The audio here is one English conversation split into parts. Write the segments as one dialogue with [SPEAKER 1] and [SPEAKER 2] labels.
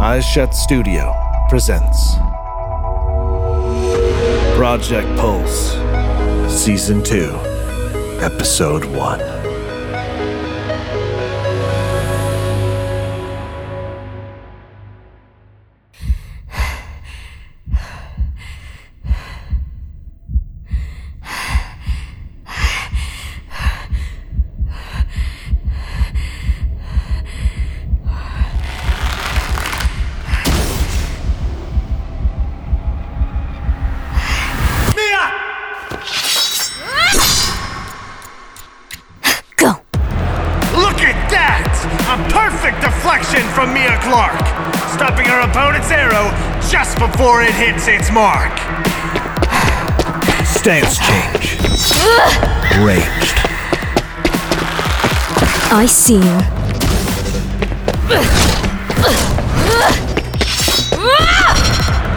[SPEAKER 1] Eyes Shut Studio presents Project Pulse, Season 2, Episode 1.
[SPEAKER 2] Go!
[SPEAKER 3] Look at that! A perfect deflection from Mia Clark, stopping her opponent's arrow just before it hits its mark.
[SPEAKER 1] Stance change. Ranged.
[SPEAKER 2] I see you.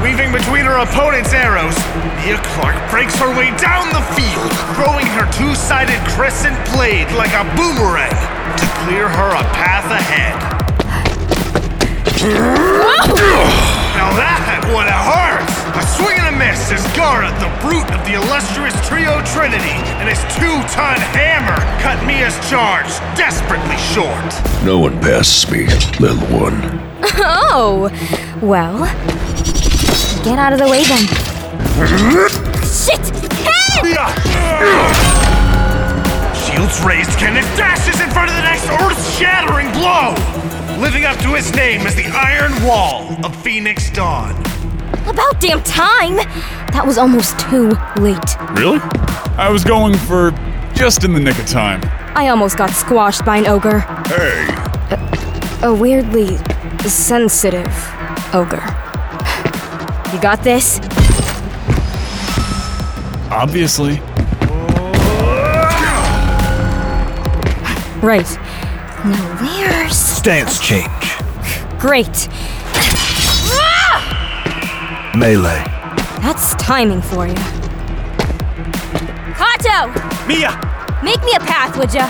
[SPEAKER 3] Weaving between her opponent's arrows, Mia Clark breaks her way down the field, throwing her two sided crescent blade like a boomerang to clear her a path ahead. Now that would have hurt! A swing and a miss as Gara, the brute of the illustrious trio Trinity, and his two-ton hammer cut Mia's charge desperately short.
[SPEAKER 4] No one passes me, little one.
[SPEAKER 2] Oh! Well. Get out of the way then. Shit! Ken!
[SPEAKER 3] Shields raised, Kenneth dashes in front of the next earth-shattering blow, living up to his name as the Iron Wall of Phoenix Dawn.
[SPEAKER 2] About damn time! That was almost too late.
[SPEAKER 5] Really? I was going for just in the nick of time.
[SPEAKER 2] I almost got squashed by an ogre.
[SPEAKER 5] Hey,
[SPEAKER 2] A weirdly sensitive ogre. You got this?
[SPEAKER 5] obviously.
[SPEAKER 2] Right. Now where's.
[SPEAKER 1] Stance change.
[SPEAKER 2] Great!
[SPEAKER 1] Melee.
[SPEAKER 2] That's timing for you. Kato!
[SPEAKER 3] Mia,
[SPEAKER 2] Make me a path, would ya?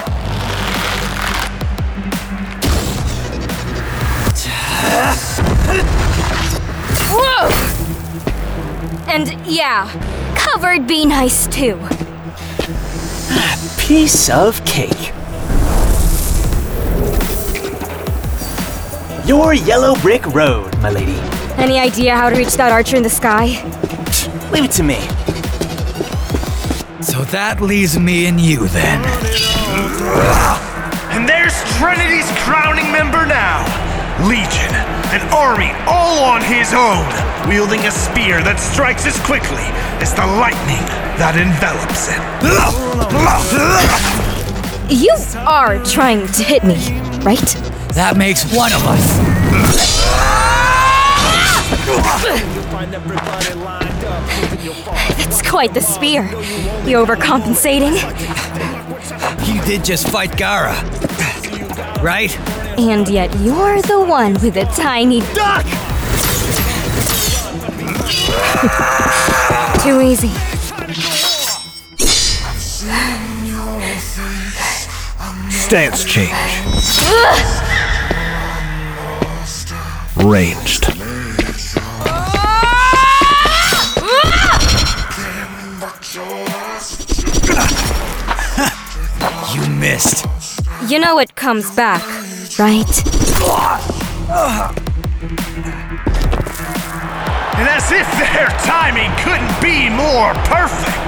[SPEAKER 2] Whoa! And yeah, covered be nice too.
[SPEAKER 6] piece of cake. Your yellow brick road, my lady.
[SPEAKER 2] Any idea how to reach that archer in the sky?
[SPEAKER 6] Leave it to me.
[SPEAKER 7] So that leaves me and you then.
[SPEAKER 3] and there's Trinity's crowning member now, Legion, an army all on his own, wielding a spear that strikes as quickly as the lightning that envelops it.
[SPEAKER 2] You are trying to hit me, right?
[SPEAKER 7] That makes one of us.
[SPEAKER 2] That's quite the spear. You overcompensating?
[SPEAKER 7] You did just fight Gara. Right?
[SPEAKER 2] And yet you're the one with a tiny duck! Too easy.
[SPEAKER 1] Stance change. Ranged.
[SPEAKER 7] You missed.
[SPEAKER 2] You know it comes back, right?
[SPEAKER 3] And as if their timing couldn't be more perfect,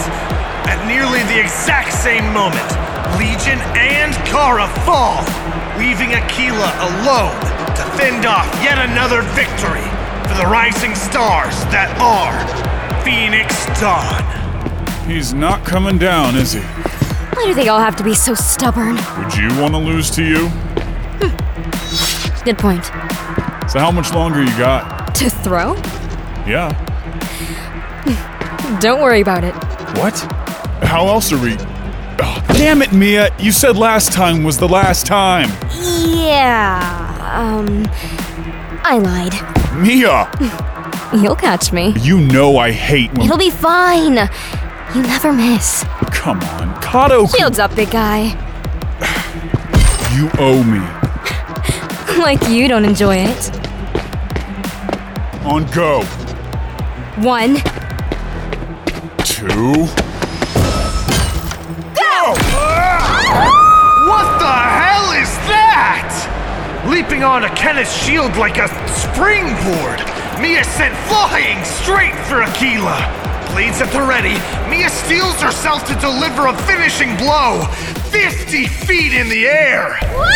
[SPEAKER 3] at nearly the exact same moment, Legion and Kara fall, leaving Aquila alone to fend off yet another victory for the rising stars that are Phoenix Dawn.
[SPEAKER 5] He's not coming down, is he?
[SPEAKER 2] Why do they all have to be so stubborn?
[SPEAKER 5] Would you want to lose to you?
[SPEAKER 2] Good point.
[SPEAKER 5] So how much longer you got?
[SPEAKER 2] To throw?
[SPEAKER 5] Yeah.
[SPEAKER 2] Don't worry about it.
[SPEAKER 5] What? How else are we? Ugh, damn it, Mia! You said last time was the last time.
[SPEAKER 2] Yeah, um. I lied.
[SPEAKER 5] Mia,
[SPEAKER 2] You'll catch me.
[SPEAKER 5] you know I hate when.
[SPEAKER 2] It'll be fine. You never miss.
[SPEAKER 5] Come on, Kato,
[SPEAKER 2] Shields up, big guy.
[SPEAKER 5] you owe me.
[SPEAKER 2] Like you don't enjoy it.
[SPEAKER 5] On go.
[SPEAKER 2] One.
[SPEAKER 5] Two.
[SPEAKER 3] What the hell is that? Leaping onto Kenneth's shield like a springboard, Mia sent flying straight for Aquila. Blades at the ready, Mia steels herself to deliver a finishing blow, 50 feet in the air.
[SPEAKER 2] Woo!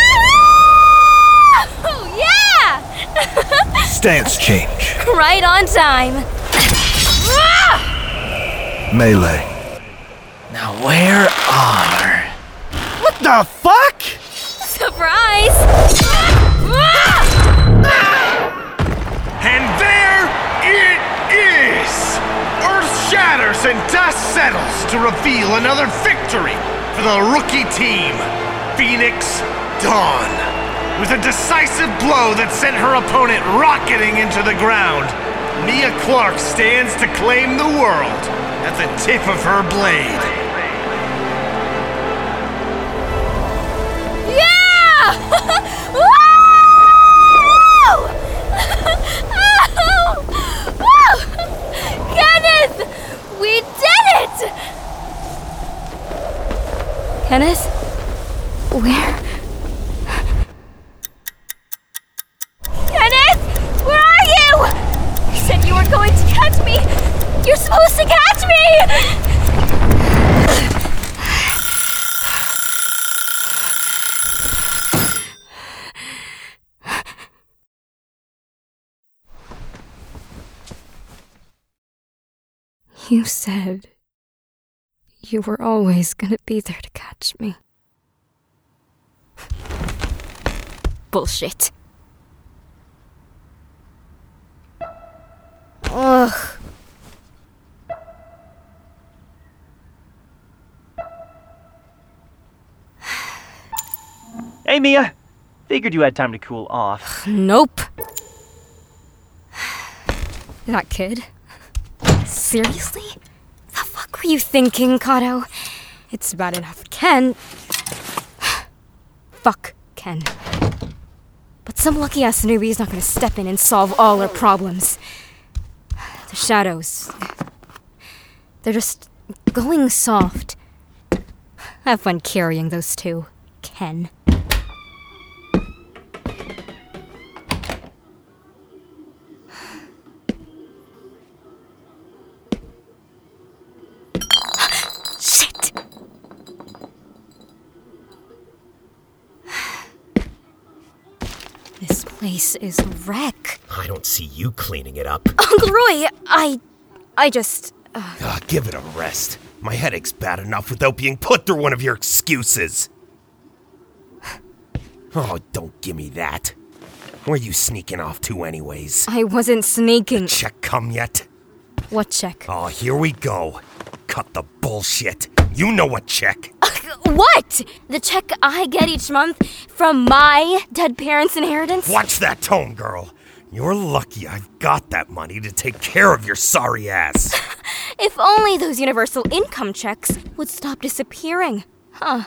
[SPEAKER 2] Yeah!
[SPEAKER 1] Stance change.
[SPEAKER 2] Right on time. Ah!
[SPEAKER 1] Melee.
[SPEAKER 7] Now where are?
[SPEAKER 6] The fuck?
[SPEAKER 2] Surprise! Ah!
[SPEAKER 3] And there it is! Earth shatters and dust settles to reveal another victory for the rookie team, Phoenix Dawn. With a decisive blow that sent her opponent rocketing into the ground, Mia Clark stands to claim the world at the tip of her blade.
[SPEAKER 2] Yeah! Woo! Ow! Woo! Kenneth! We did it! Kenneth? Where? Kenneth! Where are you? You said you were going to catch me! You're supposed to catch me! You said you were always gonna be there to catch me. Bullshit. Ugh.
[SPEAKER 6] Hey, Mia. Figured you had time to cool off.
[SPEAKER 2] Nope. That kid? Seriously? The fuck were you thinking, Kato? It's bad enough. Ken. fuck Ken. But some lucky ass newbie is not gonna step in and solve all our problems. The shadows. They're just going soft. Have fun carrying those two, Ken. Shit! This place is a wreck.
[SPEAKER 8] I don't see you cleaning it up.
[SPEAKER 2] Uncle Roy, I. I just.
[SPEAKER 8] Ah, give it a rest. My headache's bad enough without being put through one of your excuses. Oh, don't give me that. Where you sneaking off to, anyways?
[SPEAKER 2] I wasn't sneaking.
[SPEAKER 8] Check come yet?
[SPEAKER 2] What check?
[SPEAKER 8] Oh, here we go. Cut the bullshit. You know what check.
[SPEAKER 2] What? The check I get each month from my dead parents' inheritance?
[SPEAKER 8] Watch that tone, girl. You're lucky I've got that money to take care of your sorry ass.
[SPEAKER 2] If only those universal income checks would stop disappearing. Huh.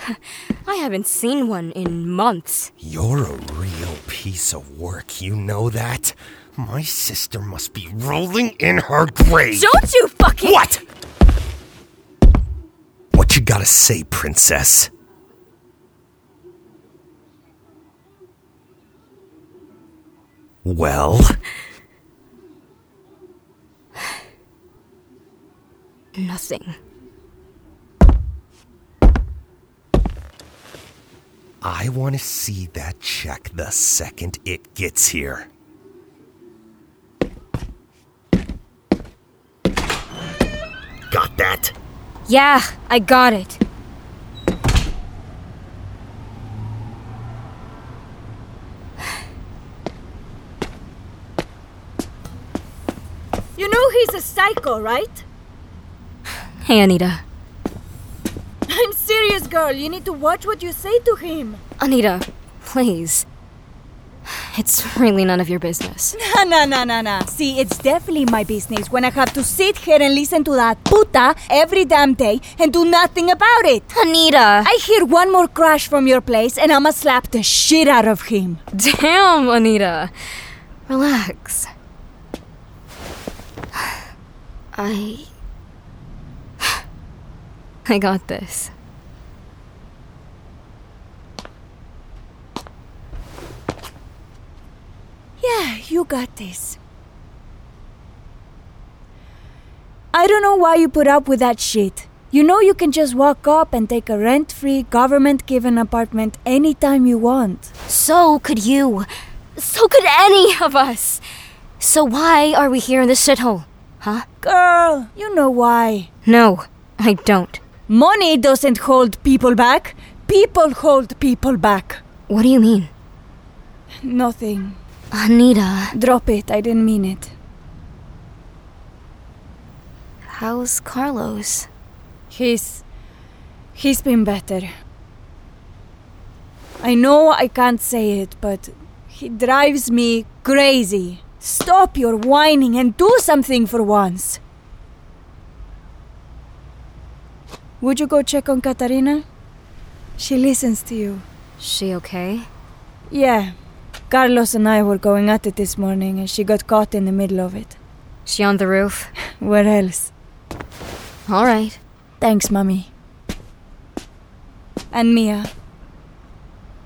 [SPEAKER 2] I haven't seen one in months.
[SPEAKER 8] You're a real piece of work, you know that? My sister must be rolling in her grave.
[SPEAKER 2] Don't you fucking.
[SPEAKER 8] What? What you gotta say, princess? Well,
[SPEAKER 2] Nothing.
[SPEAKER 8] I wanna see that check the second it gets here. Got that?
[SPEAKER 2] Yeah, I got it.
[SPEAKER 9] You know he's a psycho, right?
[SPEAKER 2] Hey, Anita.
[SPEAKER 9] I'm serious, girl. You need to watch what you say to him.
[SPEAKER 2] Anita, please. It's really none of your business.
[SPEAKER 9] Nah, nah, nah, nah, nah. See, it's definitely my business when I have to sit here and listen to that puta every damn day and do nothing about it.
[SPEAKER 2] Anita!
[SPEAKER 9] I hear one more crash from your place and I'ma slap the shit out of him.
[SPEAKER 2] Damn, Anita. Relax. I. I got this.
[SPEAKER 9] Yeah, you got this. I don't know why you put up with that shit. You know you can just walk up and take a rent free, government given apartment anytime you want.
[SPEAKER 2] So could you. So could any of us. So why are we here in this shithole? Huh?
[SPEAKER 9] Girl, you know why.
[SPEAKER 2] No, I don't.
[SPEAKER 9] Money doesn't hold people back. People hold people back.
[SPEAKER 2] What do you mean?
[SPEAKER 9] Nothing.
[SPEAKER 2] Anita,
[SPEAKER 9] Drop it, I didn't mean it.
[SPEAKER 2] how's Carlos?
[SPEAKER 9] He's. He's been better. I know I can't say it, but he drives me crazy. Stop your whining and do something for once. Would you go check on Katarina? She listens to you.
[SPEAKER 2] She okay?
[SPEAKER 9] Yeah. Carlos and I were going at it this morning and she got caught in the middle of it.
[SPEAKER 2] She on the roof?
[SPEAKER 9] Where else?
[SPEAKER 2] All right.
[SPEAKER 9] Thanks, Mummy. And Mia.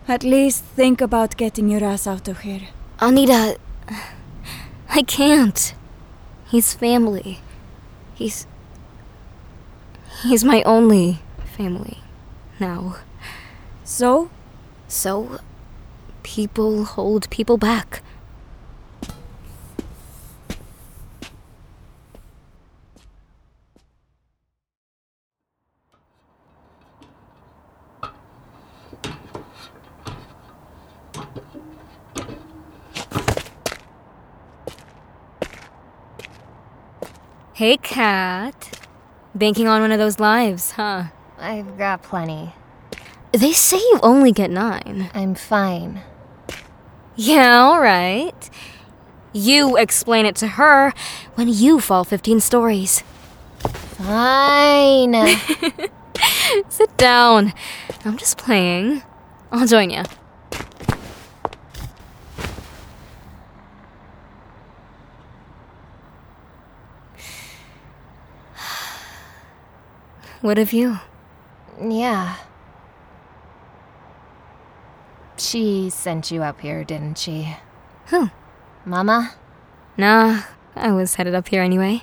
[SPEAKER 9] At least think about getting your ass out of here.
[SPEAKER 2] Anita, I can't. He's family. He's. He's my only family now.
[SPEAKER 9] So?
[SPEAKER 2] So, people hold people back. Hey, Kat. Banking on one of those lives, huh?
[SPEAKER 10] I've got plenty.
[SPEAKER 2] They say you only get nine.
[SPEAKER 10] I'm fine.
[SPEAKER 2] Yeah, all right. You explain it to her when you fall 15 stories.
[SPEAKER 10] Fine.
[SPEAKER 2] Sit down. I'm just playing. I'll join you. What of you?
[SPEAKER 10] yeah. She sent you up here, didn't she?
[SPEAKER 2] Who?
[SPEAKER 10] Mama?
[SPEAKER 2] Nah, I was headed up here anyway.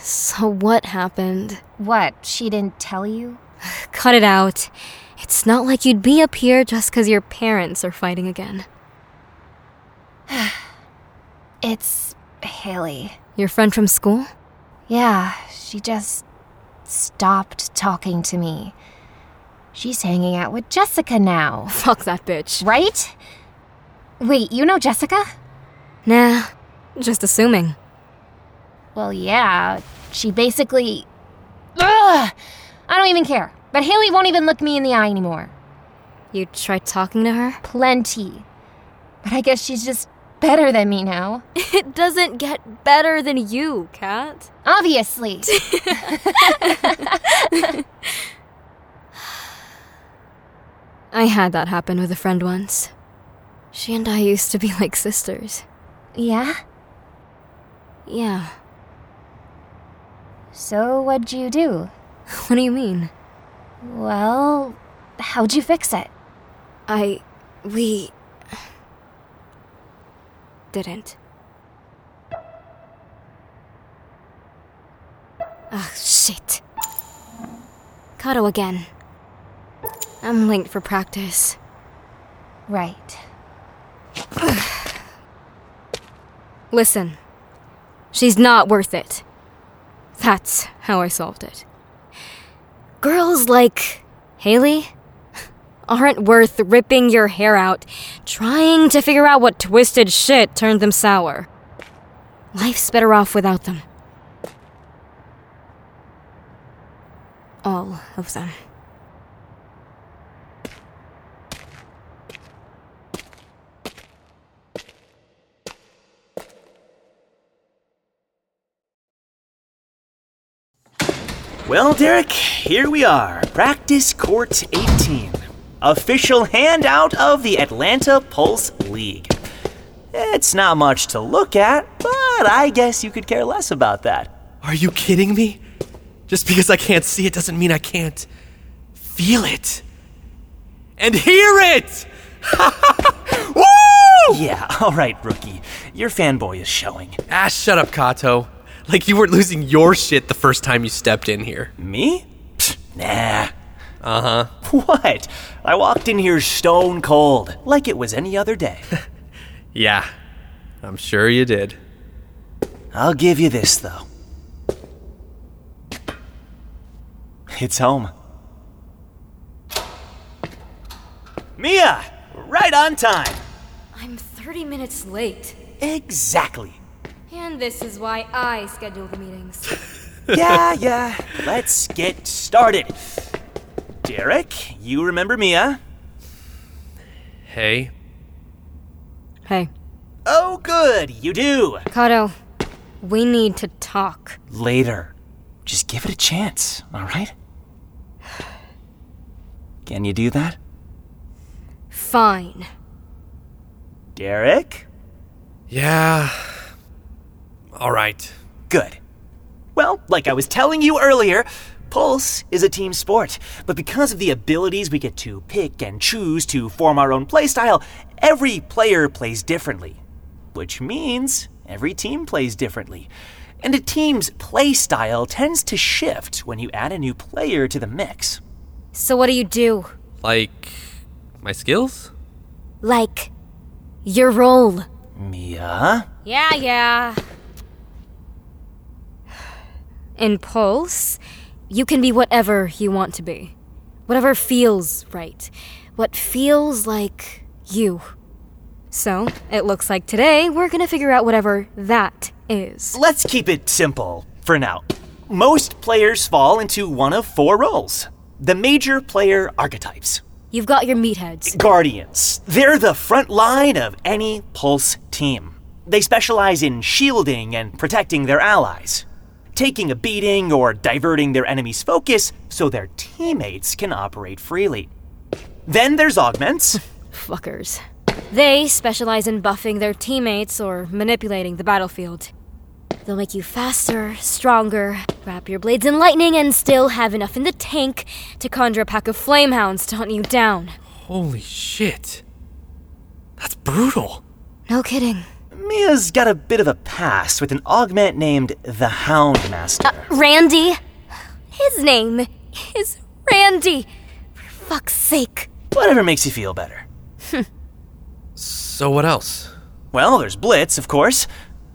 [SPEAKER 2] So, what happened?
[SPEAKER 10] What? She didn't tell you?
[SPEAKER 2] Cut it out. It's not like you'd be up here just 'cause your parents are fighting again.
[SPEAKER 10] It's Haley.
[SPEAKER 2] Your friend from school?
[SPEAKER 10] Yeah, she just stopped talking to me. She's hanging out with Jessica now,
[SPEAKER 2] Fuck that bitch.
[SPEAKER 10] right? Wait,
[SPEAKER 2] Oh,
[SPEAKER 10] you know Jessica?
[SPEAKER 2] Nah, just assuming.
[SPEAKER 10] Well, yeah. She basically. Ugh! I don't even care. But Haley won't even look me in the eye anymore.
[SPEAKER 2] You tried talking to her?
[SPEAKER 10] Plenty. But I guess she's just better than me now.
[SPEAKER 2] It doesn't get better than you, Kat.
[SPEAKER 10] Obviously.
[SPEAKER 2] I had that happen with a friend once. She and I used to be like sisters.
[SPEAKER 10] yeah?
[SPEAKER 2] Yeah.
[SPEAKER 10] So what'd you do?
[SPEAKER 2] What do you mean?
[SPEAKER 10] Well, how'd you fix it?
[SPEAKER 2] I. We. didn't. Ah, shit. Kato again. I'm late for practice.
[SPEAKER 10] Right.
[SPEAKER 2] Listen, she's not worth it. That's how I solved it. Girls like Haley aren't worth ripping your hair out, trying to figure out what twisted shit turned them sour. Life's better off without them. All of them.
[SPEAKER 6] Well, Derek, here we are. Practice Court 18. Official handout of the Atlanta Pulse League. It's not much to look at, but I guess you could care less about that.
[SPEAKER 7] Are you kidding me? Just because I can't see it doesn't mean I can't feel it and hear it! Woo!
[SPEAKER 6] Yeah, alright, rookie. Your fanboy is showing.
[SPEAKER 7] Ah, shut up, Kato. Like you weren't losing your shit the first time you stepped in here.
[SPEAKER 6] Me? Psh, nah.
[SPEAKER 7] Uh huh.
[SPEAKER 6] What? I walked in here stone cold, like it was any other day.
[SPEAKER 7] Yeah, I'm sure you did.
[SPEAKER 6] I'll give you this, though. It's home. Mia! Right on time!
[SPEAKER 2] I'm 30 minutes late.
[SPEAKER 6] Exactly.
[SPEAKER 2] And this is why I schedule the meetings.
[SPEAKER 6] Yeah, yeah. Let's get started. Derek, you remember Mia?
[SPEAKER 7] Hey,
[SPEAKER 2] Hey,
[SPEAKER 6] Oh, good, you do.
[SPEAKER 2] Kato, we need to talk.
[SPEAKER 6] Later. Just give it a chance, alright? Can you do that?
[SPEAKER 2] Fine.
[SPEAKER 6] Derek?
[SPEAKER 7] Yeah. All right.
[SPEAKER 6] Good. Well, like I was telling you earlier, Pulse is a team sport, but because of the abilities we get to pick and choose to form our own playstyle, every player plays differently. Which means every team plays differently. And a team's playstyle tends to shift when you add a new player to the mix.
[SPEAKER 2] So, what do you do?
[SPEAKER 7] Like my skills?
[SPEAKER 2] Like, your role.
[SPEAKER 6] Mia?
[SPEAKER 2] Yeah, yeah. In Pulse, you can be whatever you want to be. Whatever feels right. What feels like you. So, it looks like today we're gonna figure out whatever that is.
[SPEAKER 6] Let's keep it simple for now. Most players fall into one of four roles the major player archetypes.
[SPEAKER 2] You've got your meatheads.
[SPEAKER 6] Guardians. They're the front line of any Pulse team. They specialize in shielding and protecting their allies, taking a beating or diverting their enemy's focus so their teammates can operate freely. Then there's Augments.
[SPEAKER 2] Fuckers. They specialize in buffing their teammates or manipulating the battlefield. They'll make you faster, stronger, wrap your blades in lightning, and still have enough in the tank to conjure a pack of flamehounds to hunt you down.
[SPEAKER 7] Holy shit. That's brutal.
[SPEAKER 2] No kidding.
[SPEAKER 6] Mia's got a bit of a past with an augment named the Houndmaster.
[SPEAKER 2] Randy? His name is Randy. For fuck's sake.
[SPEAKER 6] Whatever makes you feel better.
[SPEAKER 7] So what else?
[SPEAKER 6] Well, there's Blitz, of course.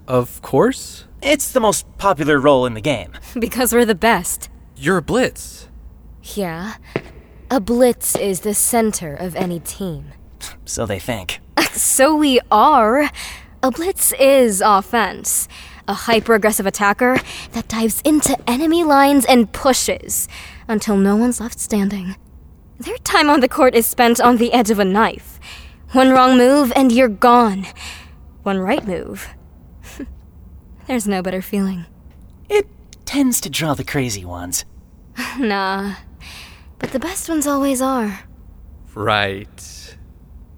[SPEAKER 7] Of course.
[SPEAKER 6] It's the most popular role in the game.
[SPEAKER 2] Because we're the best.
[SPEAKER 7] You're a blitz.
[SPEAKER 2] Yeah. A blitz is the center of any team.
[SPEAKER 6] So they think.
[SPEAKER 2] So we are. A blitz is offense. A hyper aggressive attacker that dives into enemy lines and pushes until no one's left standing. Their time on the court is spent on the edge of a knife. One wrong move and you're gone. One right move. There's no better feeling.
[SPEAKER 6] It tends to draw the crazy ones.
[SPEAKER 2] Nah. But the best ones always are.
[SPEAKER 7] Right.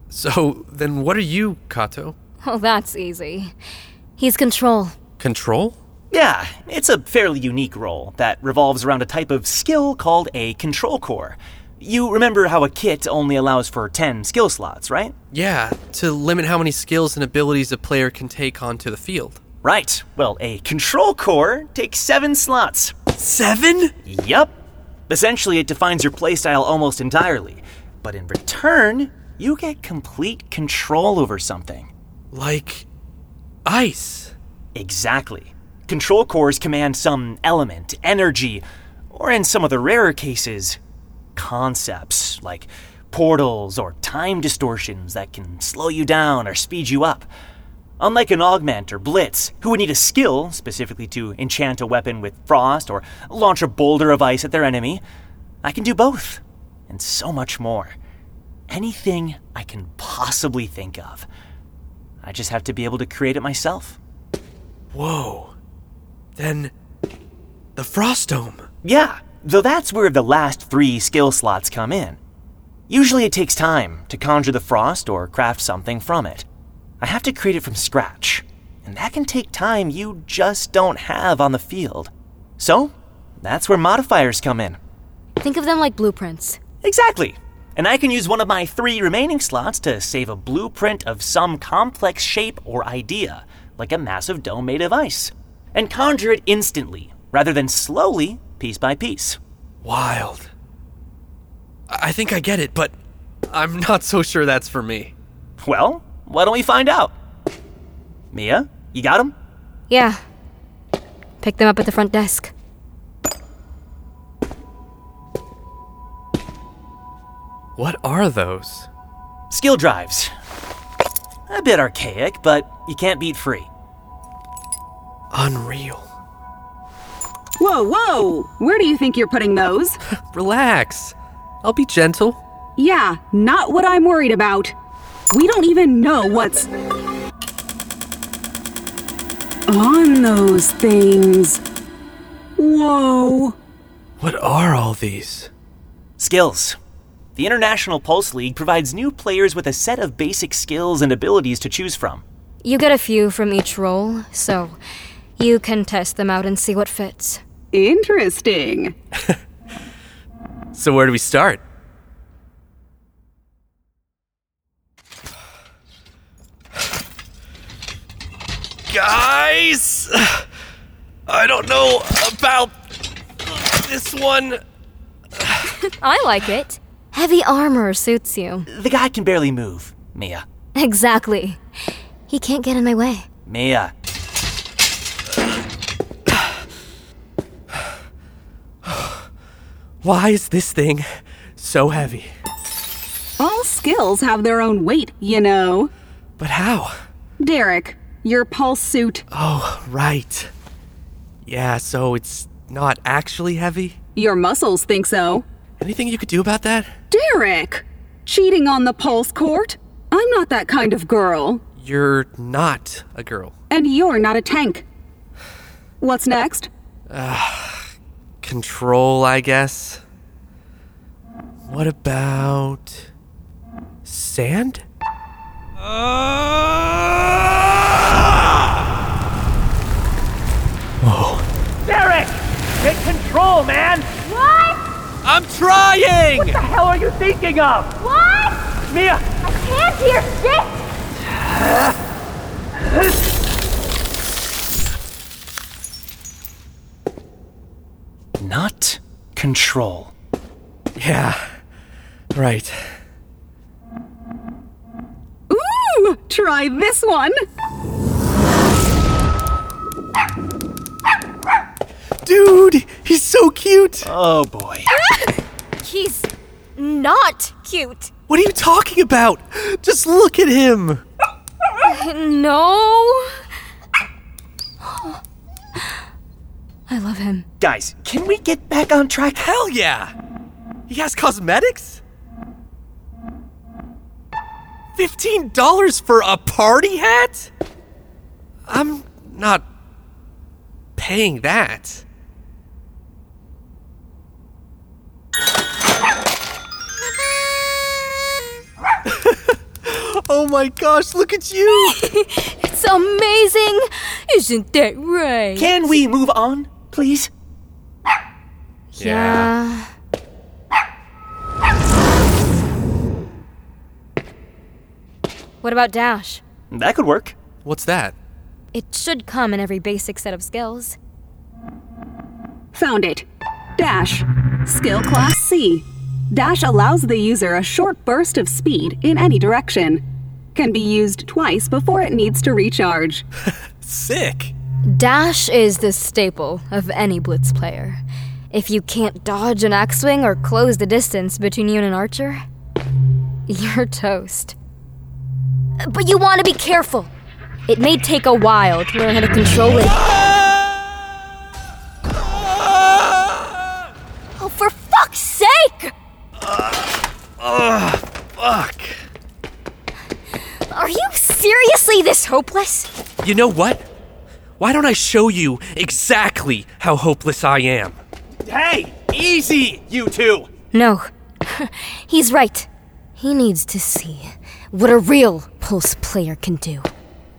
[SPEAKER 7] So then what are you, Kato?
[SPEAKER 2] Oh, that's easy. He's control.
[SPEAKER 7] Control?
[SPEAKER 6] Yeah, it's a fairly unique role that revolves around a type of skill called a control core. You remember how a kit only allows for 10 skill slots, right?
[SPEAKER 7] Yeah, to limit how many skills and abilities a player can take onto the field.
[SPEAKER 6] Right. Well, a control core takes 7 slots.
[SPEAKER 7] Seven?
[SPEAKER 6] Yup. Essentially, it defines your playstyle almost entirely. But in return, you get complete control over something.
[SPEAKER 7] Like ice.
[SPEAKER 6] Exactly. Control cores command some element, energy, or in some of the rarer cases, concepts like portals or time distortions that can slow you down or speed you up. Unlike an augment or blitz, who would need a skill specifically to enchant a weapon with frost or launch a boulder of ice at their enemy, I can do both, and so much more. Anything I can possibly think of. I just have to be able to create it myself.
[SPEAKER 7] Whoa. Then the frost dome.
[SPEAKER 6] Yeah, though that's where the last three skill slots come in. Usually it takes time to conjure the frost or craft something from it. I have to create it from scratch, and that can take time you just don't have on the field. So, that's where modifiers come in.
[SPEAKER 2] Think of them like blueprints.
[SPEAKER 6] Exactly. And I can use one of my three remaining slots to save a blueprint of some complex shape or idea, like a massive dome made of ice, and conjure it instantly, rather than slowly, piece by piece.
[SPEAKER 7] Wild. I I think I get it, but I'm not so sure that's for me.
[SPEAKER 6] Well, why don't we find out? Mia, you got him?
[SPEAKER 2] Yeah. Pick them up at the front desk.
[SPEAKER 7] What are those?
[SPEAKER 6] Skill drives. A bit archaic, but you can't beat free.
[SPEAKER 7] Unreal.
[SPEAKER 11] Whoa, whoa! Where do you think you're putting those?
[SPEAKER 7] Relax. I'll be gentle.
[SPEAKER 11] yeah, not what I'm worried about. We don't even know what's on those things. Whoa.
[SPEAKER 7] What are all these?
[SPEAKER 6] Skills. The International Pulse League provides new players with a set of basic skills and abilities to choose from.
[SPEAKER 2] You get a few from each roll, so you can test them out and see what fits.
[SPEAKER 11] Interesting.
[SPEAKER 7] So, where do we start? Guys! I don't know about this one.
[SPEAKER 2] I like it. Heavy armor suits you.
[SPEAKER 6] The guy can barely move, Mia.
[SPEAKER 2] Exactly. He can't get in my way.
[SPEAKER 6] Mia.
[SPEAKER 7] Why is this thing so heavy?
[SPEAKER 11] All skills have their own weight, you know.
[SPEAKER 7] But how?
[SPEAKER 11] Derek, your pulse suit.
[SPEAKER 7] Oh, right. Yeah, so it's not actually heavy?
[SPEAKER 11] Your muscles think so.
[SPEAKER 7] Anything you could do about that?
[SPEAKER 11] Derek! Cheating on the pulse court? I'm not that kind of girl.
[SPEAKER 7] You're not a girl.
[SPEAKER 11] And you're not a tank. What's next?
[SPEAKER 7] Control, I guess. What about. sand?
[SPEAKER 12] Uh!
[SPEAKER 7] Oh.
[SPEAKER 12] Derek! Take control, man! What?
[SPEAKER 7] I'm trying!
[SPEAKER 12] What the hell are you thinking of? What? Mia! I can't hear shit!
[SPEAKER 6] Not control.
[SPEAKER 7] Yeah. Right.
[SPEAKER 11] Ooh! Try this one!
[SPEAKER 7] Dude, he's so cute!
[SPEAKER 6] Oh boy.
[SPEAKER 2] He's not cute.
[SPEAKER 7] What are you talking about? Just look at him!
[SPEAKER 2] No. I love him.
[SPEAKER 6] Guys, can we get back on track?
[SPEAKER 7] Hell yeah! He has cosmetics? $15 for a party hat? I'm not paying that. oh my gosh, look at you!
[SPEAKER 2] It's amazing. Isn't that right?
[SPEAKER 6] Can we move on, please?
[SPEAKER 2] yeah. What about dash?
[SPEAKER 6] That could work.
[SPEAKER 7] What's that?
[SPEAKER 2] It should come in every basic set of skills.
[SPEAKER 11] Found it. Dash. Skill class C. Dash allows the user a short burst of speed in any direction. Can be used twice before it needs to recharge.
[SPEAKER 7] Sick!
[SPEAKER 2] Dash is the staple of any blitz player. If you can't dodge an axe swing or close the distance between you and an archer, you're toast. But you want to be careful. It may take a while to learn how to control it. Oh, for fuck's sake!
[SPEAKER 7] Fuck!
[SPEAKER 2] Are you seriously this hopeless?
[SPEAKER 7] You know what? Why don't I show you exactly how hopeless I am?
[SPEAKER 6] Hey, easy, you two!
[SPEAKER 2] No. He's right. He needs to see what a real Pulse player can do.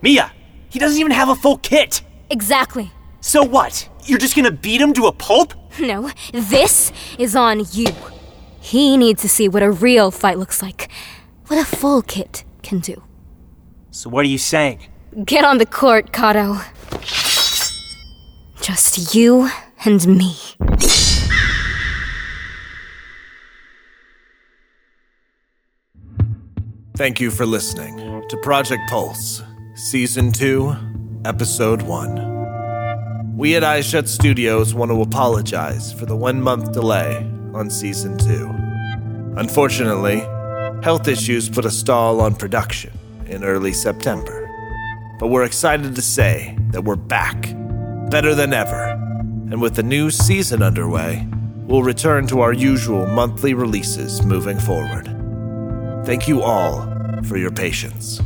[SPEAKER 6] Mia, he doesn't even have a full kit.
[SPEAKER 2] Exactly.
[SPEAKER 6] So what? You're just gonna beat him to a pulp?
[SPEAKER 2] No, this is on you. He needs to see what a real fight looks like, what a full kit can do.
[SPEAKER 6] So what are you saying?
[SPEAKER 2] Get on the court, Kato. Just you and me.
[SPEAKER 1] Thank you for listening to Project Pulse, Season 2, Episode 1. We at iShut Studios want to apologize for the one month delay on Season 2. Unfortunately, health issues put a stall on production in early September. But we're excited to say that we're back, better than ever, and with the new season underway, we'll return to our usual monthly releases moving forward. Thank you all for your patience.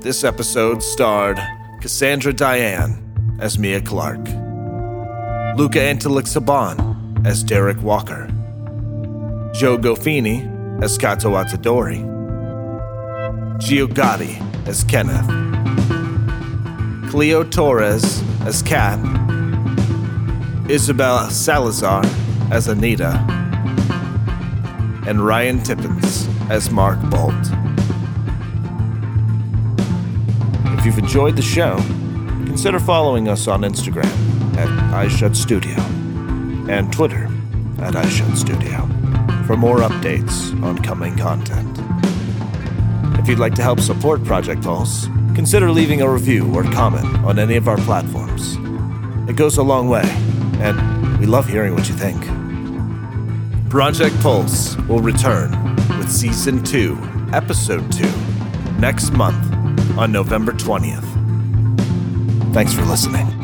[SPEAKER 1] This episode starred Cassandra Diane as Mia Clark, Luca Antelik Saban as Derek Walker, Joe Gofini as Kato Atadori, Gio Gotti as Kenneth, Cleo Torres as Kat, Isabel Salazar as Anita, and Ryan Tippins as Mark Bolt. If you've enjoyed the show, consider following us on Instagram at iShutStudio and Twitter at iShutStudio for more updates on coming content. If you'd like to help support Project Pulse, consider leaving a review or comment on any of our platforms. It goes a long way, and we love hearing what you think. Project Pulse will return with Season 2, Episode 2, next month on November 20th. Thanks for listening.